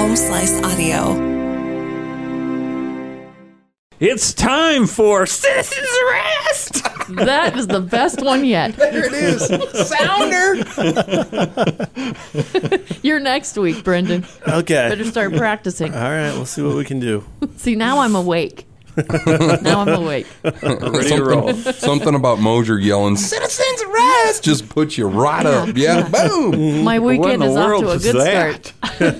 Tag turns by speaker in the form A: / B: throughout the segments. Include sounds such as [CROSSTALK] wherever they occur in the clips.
A: Slice Audio.
B: It's time for Citizen's Arrest!
C: That is the best one yet.
D: [LAUGHS] There it is. Sounder.
C: [LAUGHS] You're next week, Brendan. Better
E: Okay.
C: start practicing.
E: All right. We'll see what we can do.
C: See, now I'm awake. now I'm awake.
B: Ready to roll.
F: something, something about Mosier yelling, Citizens Arrest! Just puts you right up. Yeah, boom!
C: My
B: what in
C: weekend
B: the
C: is off
B: world
C: to a
B: was
C: good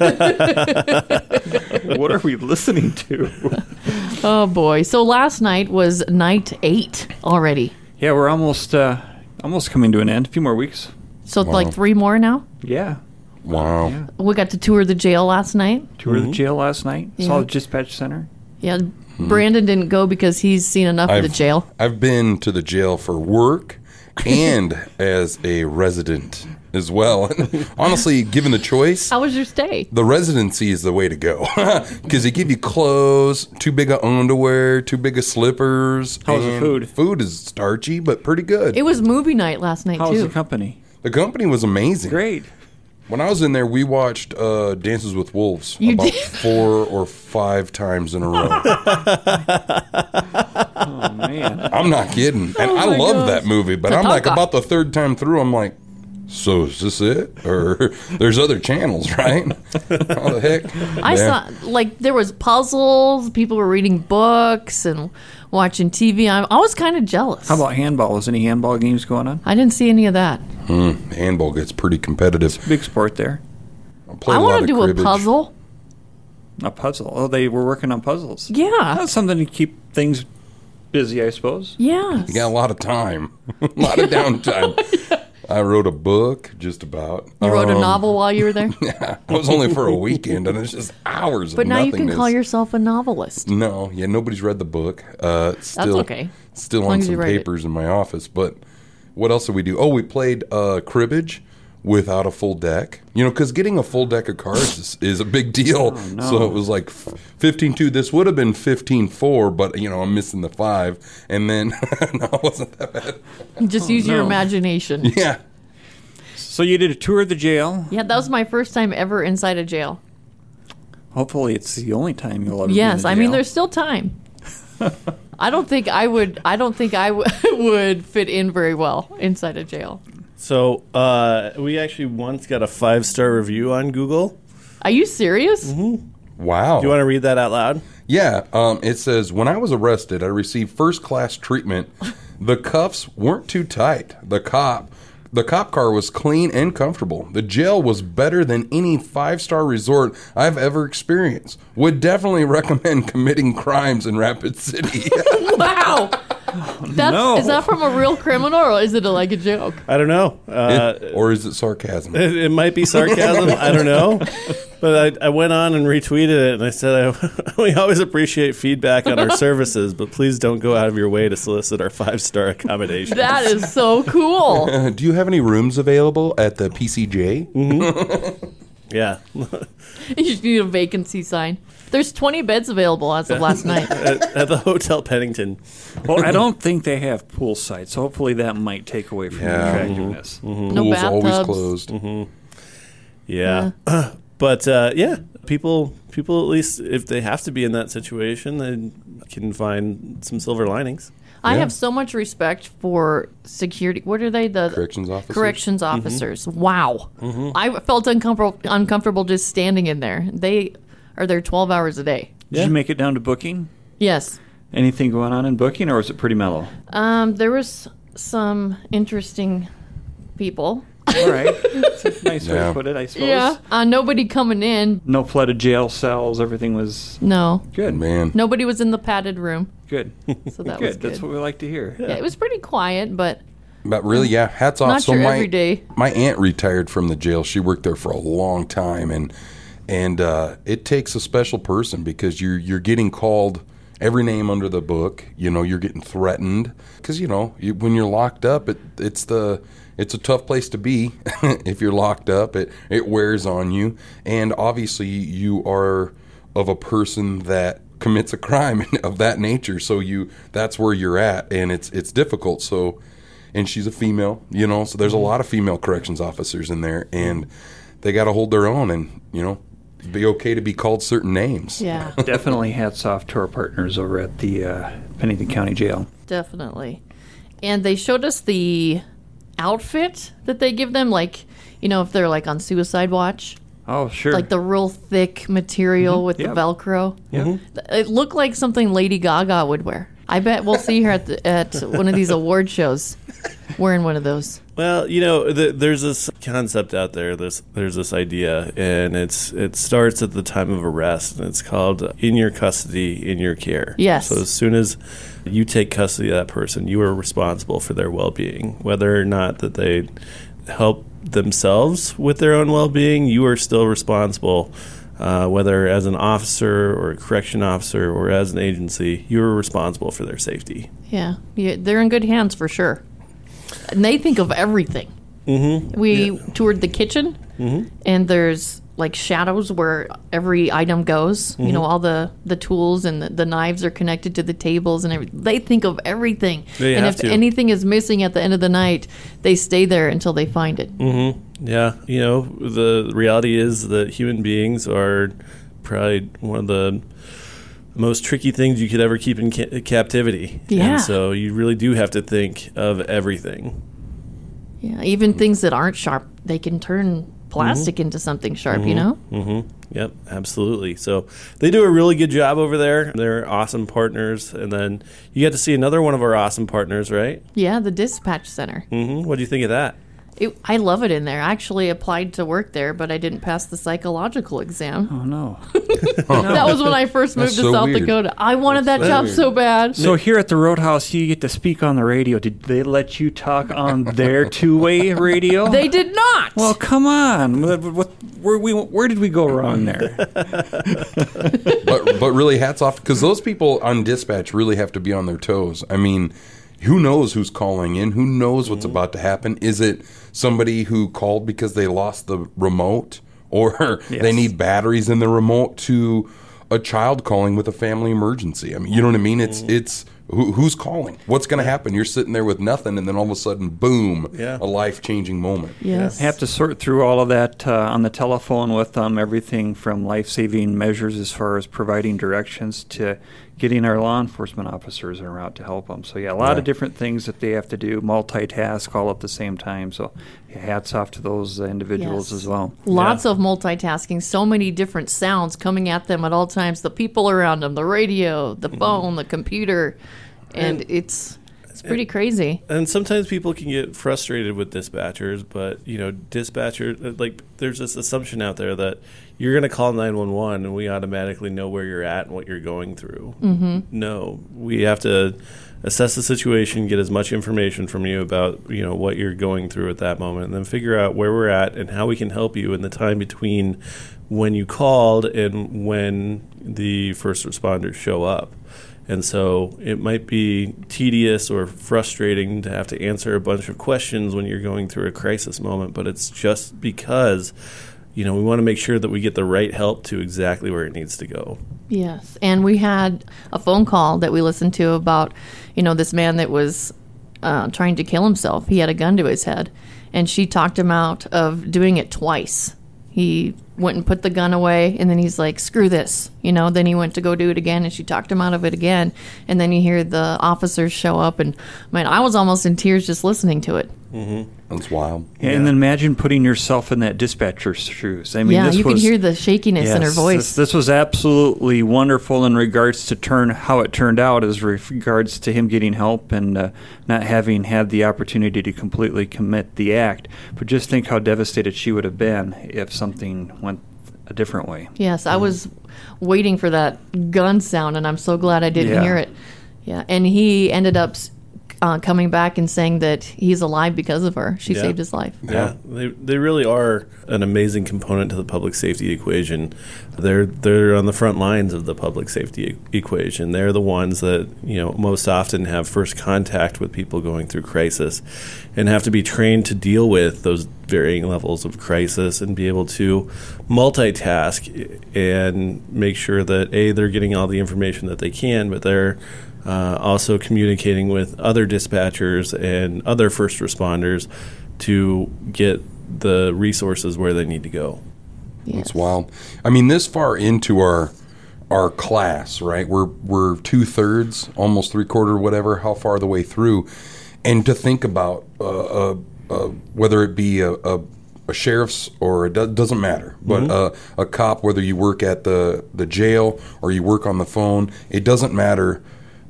B: that?
C: start.
B: what are we listening to?
C: Oh boy. So last night was night eight already.
B: Yeah, we're almost uh, almost coming to an end. A few more weeks.
C: So
F: Wow.
C: like three more now.
B: Yeah.
F: [LAUGHS] Wow.
C: We got to tour the jail last night.
B: Tour of the jail last night. Saw
C: Yeah.
B: the dispatch center.
C: Yeah.
B: Hmm.
C: Brandon didn't go because he's seen enough of the jail.
F: I've been to the jail for work [LAUGHS] and as a resident as well. Honestly, given the choice,
C: How was your stay?
F: the residency is the way to go [LAUGHS] because they give you clothes, too big of underwear, too big of slippers.
B: How's the
F: and
B: food?
F: Food is starchy, but pretty good.
C: It was movie night last night
B: How's
C: too.
B: the company?
F: the company was amazing.
B: Great.
F: When I was in there, we watched uh, Dances with Wolves
C: You
F: about
C: did?
F: four or five times in
C: [LAUGHS]
F: a row.
B: Oh, man.
F: I'm not kidding, and I
C: Oh my
F: love
C: gosh.
F: that movie. But I'm like about the third time through, I'm like, so is this it? Or [LAUGHS] there's other channels, [LAUGHS] right? How the heck?
C: I
F: Yeah.
C: saw like there was puzzles. People were reading books and watching TV. I, I was kind of jealous.
B: [LAUGHS] How about handball? Is any handball games going on?
C: I didn't see any of that.
F: handball gets pretty competitive.
B: Big sport there.
F: I, play
C: I
F: a
C: want
F: lot
C: to
F: of
C: do
F: cribbage.
C: a puzzle.
B: A puzzle. Oh, they were working on puzzles.
C: Yeah.
B: That's something to keep things busy, I suppose.
C: Yeah.
F: You [LAUGHS] got a lot of time, [LAUGHS] a lot of downtime.
C: [LAUGHS]
F: I wrote a book, just about.
C: You wrote a
F: Um, [LAUGHS]
C: novel while you were there.
F: It was only for a weekend, and it's just hours.
C: But
F: of
C: now you can call
F: nothingness.
C: yourself a novelist.
F: No, yeah, nobody's read the book. Uh, it's still,
C: okay.
F: Still
C: long
F: on
C: as you
F: some
C: write it.
F: papers in my office. But what else did we do? Oh, we played uh, cribbage without a full deck. You know, because getting a full deck of cards is, is a big deal.
E: Oh,
F: So it was like 15 2. This would have been 15 4, but, you know, I'm missing the five. And then, [LAUGHS] no, it wasn't that bad.
C: Just
F: Oh,
C: use your imagination.
F: [LAUGHS]
C: Yeah.
F: Yeah.
B: So you did a tour of the jail.
C: that was my first time ever inside a jail.
B: Hopefully, it's the only time you'll ever. be in
C: Yes,
B: the
C: I mean
B: jail.
C: there's still
F: [LAUGHS]
C: time. I don't think I would. I don't think I w- [LAUGHS] would fit in very well inside a jail.
E: So uh, we actually once got a five star review on Google.
C: Are you serious?
F: Mm-hmm. Wow.
E: Do you want to read that out loud?
F: Yeah, um, it says when I was arrested, I received first class treatment. The cuffs weren't too tight. The cop, the cop car was clean and comfortable. The jail was better than any five star resort I've ever experienced. Would definitely [LAUGHS] recommend committing crimes in Rapid City. [LAUGHS]
C: Wow. [LAUGHS] That's,
B: No.
C: Is that from a real criminal or is it a, like a
F: [LAUGHS]
C: joke?
E: I don't know. Uh,
F: or is it sarcasm?
E: it, it might be sarcasm. I don't know. But I, I went on and retweeted it, and I said, I, [LAUGHS] "We always appreciate feedback on [LAUGHS] our services, but please don't go out of your way to solicit our five star accommodations."
C: That is so cool. [LAUGHS]
F: Uh, do you have any rooms available at the PCJ?
C: Mm-hmm.
E: yeah, [LAUGHS]
C: you just need a vacancy sign. There's 20 beds available as of
F: [LAUGHS]
C: last night.
E: at, at the Hotel Pennington.
B: Well, I don't think they have poolside, so hopefully that might take away from the
F: Yeah.
B: attractiveness.
C: No
F: Pool's always
C: bathtubs.
F: closed.
E: Yeah, [CLEARS THROAT] but uh, yeah, people people at least if they have to be in that situation, they can find some silver linings.
C: I have so much respect for security. What are they? The
F: Corrections officers? Mm-hmm.
C: Corrections officers. Wow. I felt uncomfortable uncomfortable just standing in there. They are there 12 hours a day.
B: Did you make it down to booking?
C: Yes.
B: Anything going on in booking, or was it pretty mellow?
C: Um, there was some interesting people.
B: All
C: [LAUGHS]
B: right, It's a nice way
F: Yeah.
B: to put it, I suppose.
C: Yeah. Uh, nobody coming in.
B: No flooded jail cells. Everything was
C: No.
B: good.
F: Man,
C: Nobody was in the padded room.
B: [LAUGHS] Good.
C: So that was
B: good.
C: good.
B: That's what we like to hear.
C: Yeah, it was pretty quiet, but
F: But really, yeah, hats off.
C: Not
F: so
C: your
F: my
C: everyday.
F: my aunt retired from the jail. She worked there for a long time, and and uh, it takes a special person because you're you're getting called every name under the book. You know, you're getting threatened because you know you, when you're locked up, it it's the it's a tough place to be [LAUGHS] if you're locked up. It it wears on you, and obviously you are of a person that commits a crime [LAUGHS] of that nature. So you that's where you're at, and it's it's difficult. So and she's a female, you know. So there's a lot of female corrections officers in there, and they got to hold their own. And you know, be okay to be called certain names.
C: Yeah,
B: Definitely hats off to our partners over at the uh, Pennington County Jail.
C: [LAUGHS] definitely. And they showed us the outfit that they give them, like you know, if they're like on suicide watch,
B: Oh, sure. Mm-hmm.
C: like the real thick material with
B: yeah.
C: the Velcro.
B: yeah.
C: Th- It looked like something Lady Gaga would wear. I bet we'll see her at the, at one of these award shows wearing one of those.
E: Well, you know, th there's this concept out there. This there's this idea, and it's it starts at the time of arrest, and it's called "in your custody, in your care."
C: Yes.
E: So as soon as you take custody of that person, you are responsible for their well-being, whether or not that they help themselves with their own well-being. You are still responsible. Uh, whether as an officer or a correction officer or as an agency, you're responsible for their safety.
C: Yeah, yeah, they're in good hands for sure. And they think of everything. Mm-hmm. We toured the kitchen,
E: Mm-hmm.
C: and there's like shadows where every item goes.
E: Mm-hmm.
C: You know, all the the tools and the, the knives are connected to the tables, and every, they think of everything.
E: They
C: and
E: have
C: if
E: to.
C: anything is missing at the end of the night, they stay there until they find it.
E: Mm. Yeah, you know, the reality is that human beings are probably one of the most tricky things you could ever keep in ca- captivity.
C: Yeah.
E: And so you really do have to think of everything.
C: Yeah, even things that aren't sharp, they can turn
E: Mm-hmm.
C: plastic into something sharp. You know.
E: Mm. Yep, absolutely. So they do a really good job over there. They're awesome partners. And then you get to see another one of our awesome partners, right?
C: Yeah, the dispatch center.
E: Mm-hmm. What do you think of that?
C: It, I love it in there. I actually applied to work there, but I didn't pass the psychological exam.
B: Oh, no.
C: That was when I first moved to
F: so
C: South
F: weird.
C: Dakota. I wanted that job
F: weird.
C: so bad.
B: So here at the Roadhouse, you get to speak on the radio. Did they let you talk on their two-way radio?
C: They did not.
B: Well, come on. What, what, where, we, where did we go wrong there?
F: but but really, hats off because those people on dispatch really have to be on their toes. I mean, who knows who's calling in? Who knows what's about to happen? Is it somebody who called because they lost the remote, or [LAUGHS] they need batteries in the remote to a child calling with a family emergency? I mean, you know what I mean? It's it's. Who, who's calling? What's going to happen? You're sitting there with nothing, and then all of a sudden, boom!
E: Yeah.
F: A life changing moment.
C: yes.
B: have to sort through all of that uh, on the telephone with um, everything from life saving measures as far as providing directions to getting our law enforcement officers en route to help them. So, yeah, a lot of different things that they have to do, multitask all at the same time. So, hats off to those uh, individuals
C: Yes.
B: as well.
C: Lots of multitasking, so many different sounds coming at them at all times. The people around them, the radio, the phone, the computer, and, it's it's pretty crazy.
E: and sometimes people can get frustrated with dispatchers, but you know, dispatchers like there's this assumption out there that you're going to call 911 and we automatically know where you're at and what you're going through. Mm-hmm. No, we have to assess the situation, get as much information from you about you know what you're going through at that moment, and then figure out where we're at and how we can help you in the time between when you called and when the first responders show up. And so it might be tedious or frustrating to have to answer a bunch of questions when you're going through a crisis moment, but it's just because, you know, we want to make sure that we get the right help to exactly where it needs to go.
C: Yes, and we had a phone call that we listened to about, you know, this man that was uh, trying to kill himself. He had a gun to his head, and she talked him out of doing it twice. He went and put the gun away, and then he's like, "Screw this," you know. Then he went to go do it again, and she talked him out of it again. And then you hear the officers show up, and man, I was almost in tears just listening to it.
F: That's wild.
B: And then imagine putting yourself in that dispatcher's shoes. I mean,
C: yeah,
B: this
C: you can
B: was-
C: hear the shakiness in her
B: Yes, This,
C: voice.
B: this was absolutely wonderful in regards to turn how it turned out, as regards to him getting help and uh, not having had the opportunity to completely commit the act. But just think how devastated she would have been if something went a different way.
C: Yes, I was waiting for that gun sound, and I'm so glad I didn't
B: Yeah.
C: hear it. Yeah, and he ended up uh, coming back and saying that he's alive because of her. She
E: Yeah.
C: saved his life.
E: Yeah, they, they really are an amazing component to the public safety equation. They're they're on the front lines of the public safety e- equation. They're the ones that you know most often have first contact with people going through crisis, and have to be trained to deal with those varying levels of crisis and be able to multitask and make sure that a they're getting all the information that they can, but they're uh, also communicating with other dispatchers and other first responders to get the resources where they need to go.
F: It's wild. I mean, this far into our our class, right? We're we're two thirds, almost three quarter, whatever. How far the way through, and to think about uh, uh, uh, whether it be a, a, a sheriff's or it do- doesn't matter, but uh, a cop, whether you work at the the jail or you work on the phone, it doesn't matter.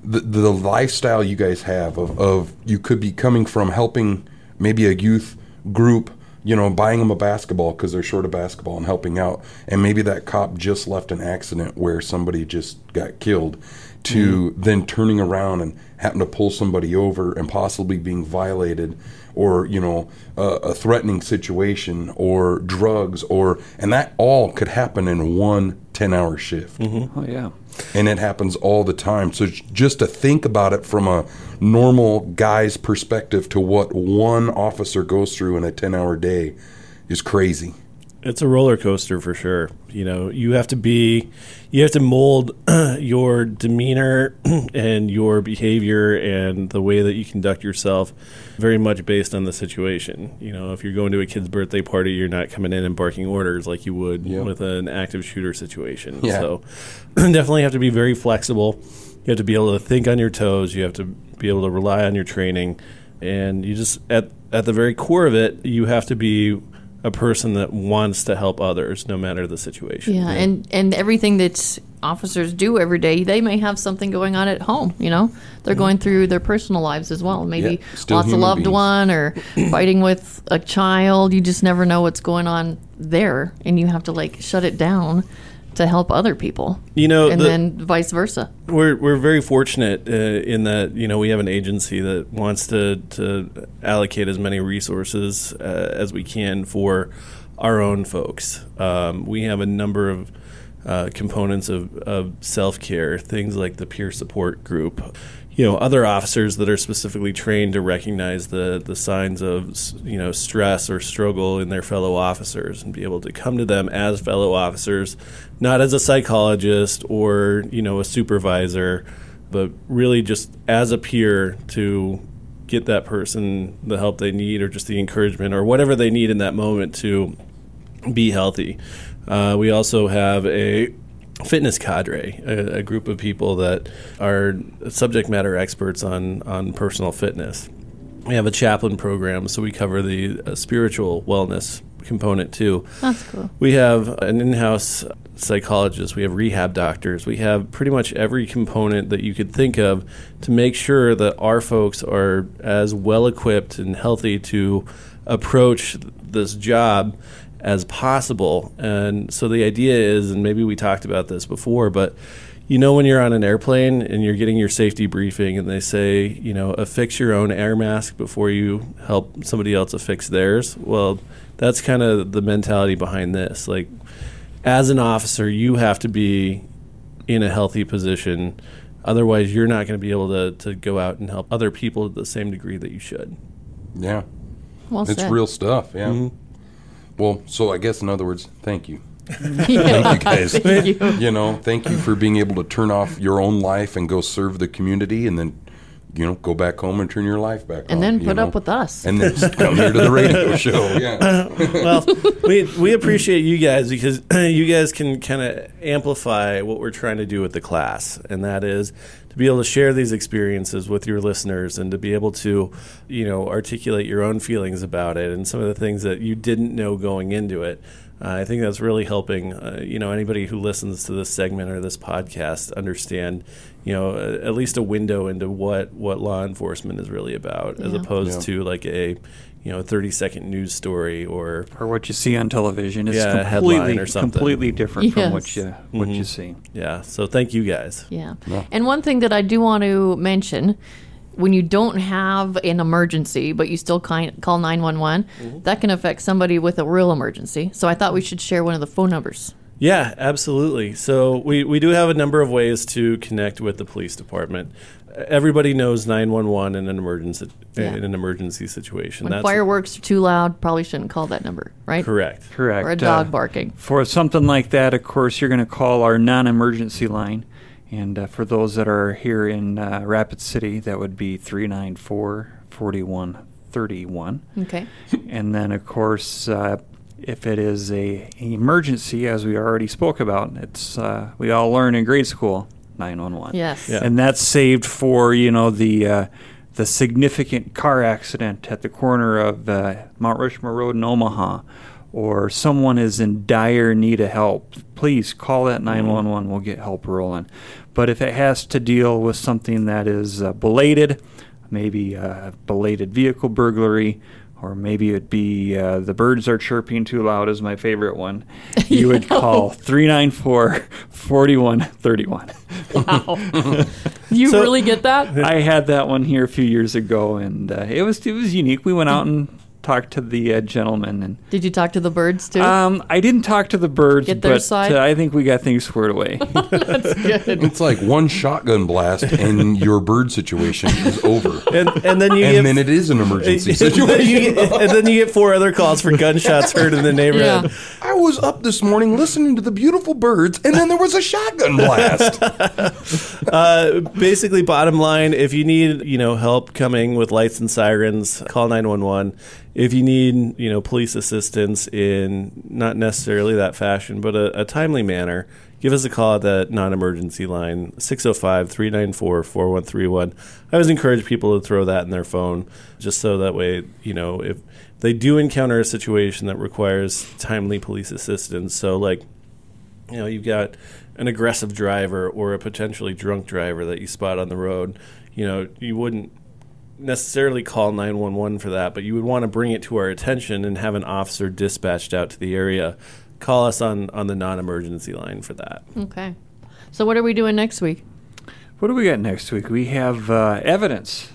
F: The, the lifestyle you guys have of, of you could be coming from helping maybe a youth group you know, buying them a basketball because they're short of basketball and helping out. And maybe that cop just left an accident where somebody just got killed to then turning around and having to pull somebody over and possibly being violated or, you know, uh, a threatening situation or drugs or, and that all could happen in one 10 hour shift
B: Oh yeah.
F: and it happens all the time. So j- just to think about it from a normal guy's perspective to what one officer goes through in a 10 hour day is crazy.
E: It's a roller coaster for sure. You know, you have to be, you have to mold [CLEARS THROAT] your demeanor [CLEARS THROAT] and your behavior and the way that you conduct yourself very much based on the situation. You know, if you're going to a kid's birthday party, you're not coming in and barking orders like you would
F: Yeah.
E: with an active shooter situation.
F: Yeah.
E: So [CLEARS THROAT] definitely have to be very flexible. You have to be able to think on your toes. You have to be able to rely on your training, and you just at at the very core of it, you have to be a person that wants to help others, no matter the situation.
C: Yeah, and and everything that officers do every day, they may have something going on at home. You know, they're going through their personal lives as well. Maybe
F: Yeah, still
C: lots of
F: human
C: loved
F: beings.
C: one or fighting with a child. You just never know what's going on there, and you have to like shut it down to help other people,
E: You know,
C: and
E: the-
C: then vice versa.
E: we're we're very fortunate uh, in that you know we have an agency that wants to to allocate as many resources uh, as we can for our own folks. Um, we have a number of uh, components of, of self care, things like the peer support group. You know, other officers that are specifically trained to recognize the the signs of s- you know stress or struggle in their fellow officers and be able to come to them as fellow officers, not as a psychologist or you know a supervisor, but really just as a peer to get that person the help they need or just the encouragement or whatever they need in that moment to be healthy. Uh, we also have a fitness cadre, a, a group of people that are subject matter experts on on personal fitness. We have a chaplain program, so we cover the uh, spiritual wellness component too.
C: That's cool.
E: We have an in house psychologist, we have rehab doctors, we have pretty much every component that you could think of to make sure that our folks are as well equipped and healthy to approach this job as possible. And so the idea is, and maybe we talked about this before, but you know when you're on an airplane and you're getting your safety briefing and they say you know affix your own air mask before you help somebody else affix theirs well that's kind of the mentality behind this like as an officer you have to be in a healthy position otherwise you're not going to be able to, to go out and help other people to the same degree that you should
F: Yeah.
C: Well
F: It's
C: said.
F: real stuff. Yeah. Well, so I guess in other words,
C: [LAUGHS]
F: thank you.
C: Yeah.
F: You guys,
C: Thank you.
F: you know, thank you for being able to turn off your own life and go serve the community and then, you know, go back home and turn your life back on.
C: And then
F: you
C: put
F: know?
C: up with us.
F: And then come here to the radio show. [LAUGHS] Yeah.
E: well, we we appreciate you guys because [CLEARS THROAT] you guys can kind of amplify what we're trying to do with the class, and that is to be able to share these experiences with your listeners and to be able to, you know, articulate your own feelings about it and some of the things that you didn't know going into it. Uh, I think that's really helping, uh, you know, anybody who listens to this segment or this podcast understand, you know, a, at least a window into what what law enforcement is really about, as
C: Yeah.
E: opposed
F: Yeah.
E: to like a you know 30 second news story or
B: Or what you see on television is
E: Yeah, a headline
B: completely
E: or something.
B: completely different from
C: Yes.
B: what you what you see.
E: yeah so thank you guys
C: Yeah. And one thing that I do want to mention when you don't have an emergency, but you still ki- call 911, that can affect somebody with a real emergency. So I thought we should share one of the phone numbers.
E: yeah absolutely so we, we do have a number of ways to connect with the police department everybody knows 911 in an emergency
C: Yeah.
E: in an emergency situation
C: When fireworks are too loud, probably shouldn't call that number, right?
E: correct
B: Correct.
C: Or a dog
B: Uh,
C: barking.
B: For something like that, of course, you're going to call our non emergency line. And uh, for those that are here in uh, Rapid City, that would be 394 4131.
C: Okay.
B: And then, of course, uh, if it is a emergency, as we already spoke about, it's uh, we all learn in grade school, nine one one.
C: Yes. Yeah.
B: and that's saved for you know the uh, the significant car accident at the corner of uh, Mount Rushmore Road in Omaha, or someone is in dire need of help. Please call that nine one one. We'll get help rolling. But if it has to deal with something that is uh, belated, maybe uh, belated vehicle burglary, or maybe it'd be uh, the birds are chirping too loud is my favorite one. You would call 394 4131.
C: Wow. you
E: So-
C: really get
B: [LAUGHS]
C: that?
B: I had that one here a few years ago, and uh, it was it was unique. We went out and talked to the uh, gentleman, and
C: Did you talk to the birds too?
B: um, I didn't talk to the birds,
C: Get their
B: but
C: side?
B: uh, I think we got things squared away.
F: It's like one shotgun blast and your bird situation is over.
E: And, and then you
F: And
E: give-
F: then it is an emergency
E: then
F: situation.
E: you get, [LAUGHS] and then you get four other calls for gunshots heard in the neighborhood.
C: yeah.
F: I was up this morning listening to the beautiful birds, and then there was a shotgun blast.
E: Uh, basically, bottom line: if you need you know help coming with lights and sirens, call nine one one. If you need you know police assistance in not necessarily that fashion, but a, a timely manner, give us a call at that non-emergency line 605-394-4131. I always encourage people to throw that in their phone, just so that way you know if they do encounter a situation that requires timely police assistance. So like you know you've got an aggressive driver or a potentially drunk driver that you spot on the road you know you wouldn't necessarily call 911 for that but you would want to bring it to our attention and have an officer dispatched out to the area call us on on the non-emergency line for that
C: Okay. So what are we doing next week?
B: What do we got next week? We have uh, evidence.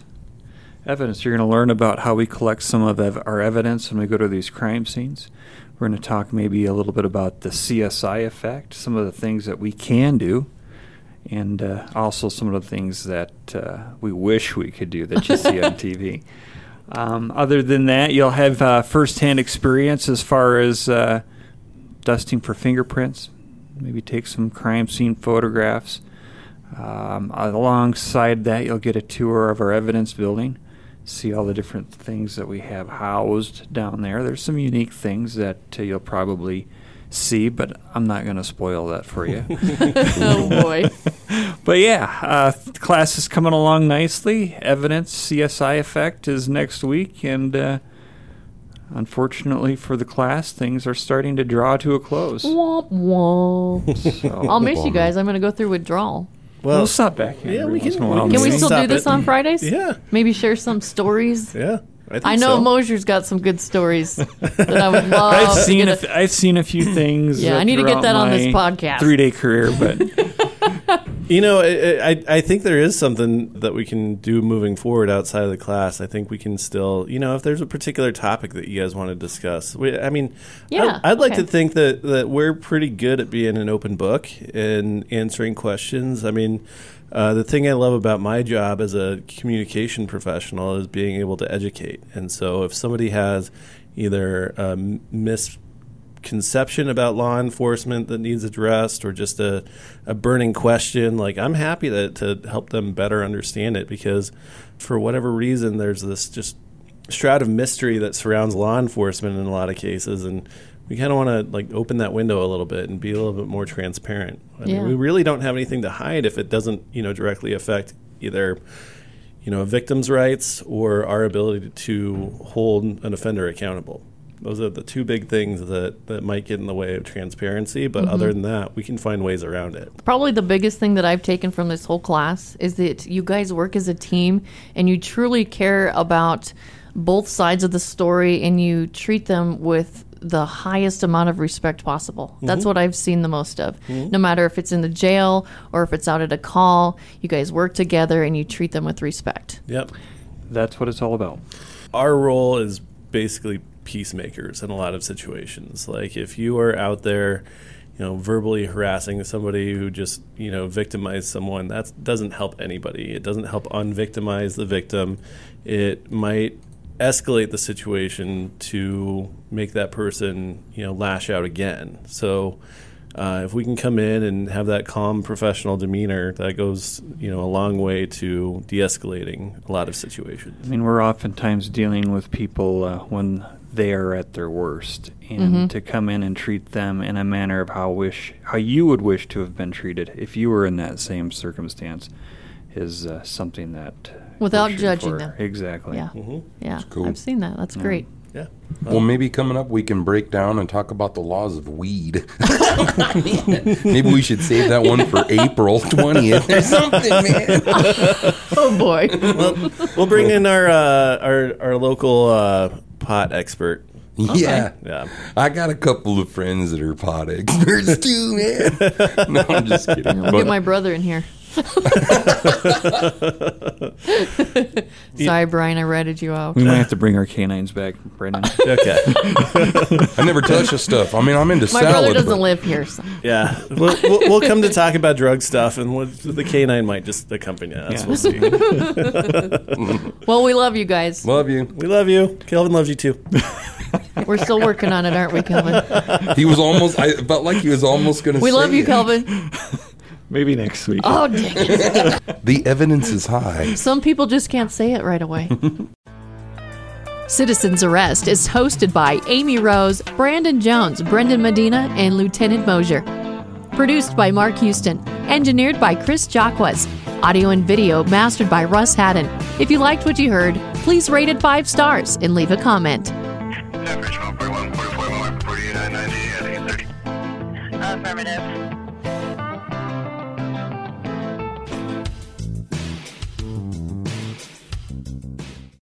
B: Evidence. You're going to learn about how we collect some of ev- our evidence when we go to these crime scenes. We're going to talk maybe a little bit about the CSI effect, some of the things that we can do, and uh, also some of the things that uh, we wish we could do that you see on TV. Um, other than that, you'll have uh, firsthand experience as far as uh, dusting for fingerprints, maybe take some crime scene photographs. Um, alongside that, you'll get a tour of our evidence building, see all the different things that we have housed down there. There's some unique things that uh, you'll probably see, but I'm not going to spoil that for you.
C: oh boy.
B: but yeah, uh, class is coming along nicely. Evidence CSI effect is next week, and uh, unfortunately for the class, things are starting to draw to a
C: [LAUGHS]
B: close.
C: Womp womp. I'll miss you guys. I'm going to go through withdrawal.
E: well
B: We'll stop back here.
E: Yeah,
B: every
E: we
B: once
E: can-
B: in a while,
E: we
C: Can we
B: maybe.
C: still
E: Stop
C: do this
E: it.
C: on Fridays?
E: yeah
C: Maybe share some stories.
E: yeah i, think
C: I know
E: so.
C: Mosier's got some good stories that I would love.
B: I've
C: to
B: seen
C: get
B: a
C: a-
B: f- I've seen
E: [LAUGHS]
B: a few things.
C: Yeah,
B: uh,
C: I need to get
B: throughout
C: that on this
B: my
C: podcast.
B: Three-day career,
E: [LAUGHS]
B: but
E: You know, I, I I think there is something that we can do moving forward outside of the class. I think we can still, you know, if there's a particular topic that you guys want to discuss. We, I mean,
C: Yeah,
E: I, would like
C: okay.
E: to think that that we're pretty good at being an open book and answering questions. I mean, uh, the thing I love about my job as a communication professional is being able to educate. And so, if somebody has either um, mis conception about law enforcement that needs addressed or just a, a burning question like i'm happy that to help them better understand it because for whatever reason there's this just shroud of mystery that surrounds law enforcement in a lot of cases and we kind of want to like open that window a little bit and be a little bit more transparent i
C: Yeah.
E: mean we really don't have anything to hide if it doesn't you know directly affect either you know, victims' rights or our ability to hold an offender accountable. Those are the two big things that, that might get in the way of transparency, but other than that, we can find ways around it.
C: Probably the biggest thing that I've taken from this whole class is that you guys work as a team and you truly care about both sides of the story and you treat them with the highest amount of respect possible. That's what I've seen the most of. No matter if it's in the jail or if it's out at a call, you guys work together and you treat them with respect.
E: Yep.
B: that's what it's all about.
E: our role is basically peacemakers in a lot of situations. Like if you are out there, you know, verbally harassing somebody who just, you know, victimized someone, that doesn't help anybody. It doesn't help unvictimize the victim. It might escalate the situation to make that person, you know, lash out again. So uh, if we can come in and have that calm professional demeanor, that goes, you know, a long way to de-escalating a lot of situations.
B: I mean, we're oftentimes dealing with people uh, when they are at their worst, and
C: Mm-hmm.
B: to come in and treat them in a manner of how wish how you would wish to have been treated if you were in that same circumstance is uh, something that we're
C: Without
B: shooting
C: judging
B: for.
C: them.
B: exactly.
C: Yeah. Yeah.
F: cool.
C: I've seen that. That's great.
E: Yeah.
F: Well, maybe coming up we can break down and talk about the laws of weed. [LAUGHS] maybe we should save that one for April 20th or something, man.
C: Oh [LAUGHS] boy.
E: We'll bring in our uh, our our local uh, pot expert.
F: Yeah.
E: Yeah.
F: I got a couple of friends that are pot experts too, man. [LAUGHS] No, I'm just kidding.
C: I'll
F: But
C: get my brother in [LAUGHS] here. Sorry, Brian, I ratted you out.
B: We might have to bring our canines back,
C: [LAUGHS]
B: Brendan.
E: Okay.
F: I never touch the stuff. I mean, I'm into
C: My
F: salad.
C: brother
F: but-
C: doesn't live here. So.
E: [LAUGHS] yeah. We'll, we'll, we'll come to talk about drug stuff, and we'll, the canine might just accompany us.
B: Yeah.
E: We'll see.
C: [LAUGHS] Well, we love you guys.
F: Love you.
E: We love you. Kelvin loves you too.
C: We're still working on it, aren't we, Kelvin?
F: He was almost. I felt like he was almost going to.
C: We love you,
F: it.
C: Kelvin.
B: Maybe next week.
C: Oh, [LAUGHS] dang it.
F: The evidence is
C: [LAUGHS]
F: high.
C: Some people just can't say it right away. [LAUGHS] Citizens Arrest is hosted by Amy Rose, Brandon Jones, Brendan Medina, and Lieutenant Mosier. Produced by Mark Houston. Engineered by Chris Jacques. Audio and video mastered by Russ Haddon. If you liked what you heard, please rate it five stars and leave a comment.
A: Average 141, 44, 48, 990, 830.
G: Affirmative.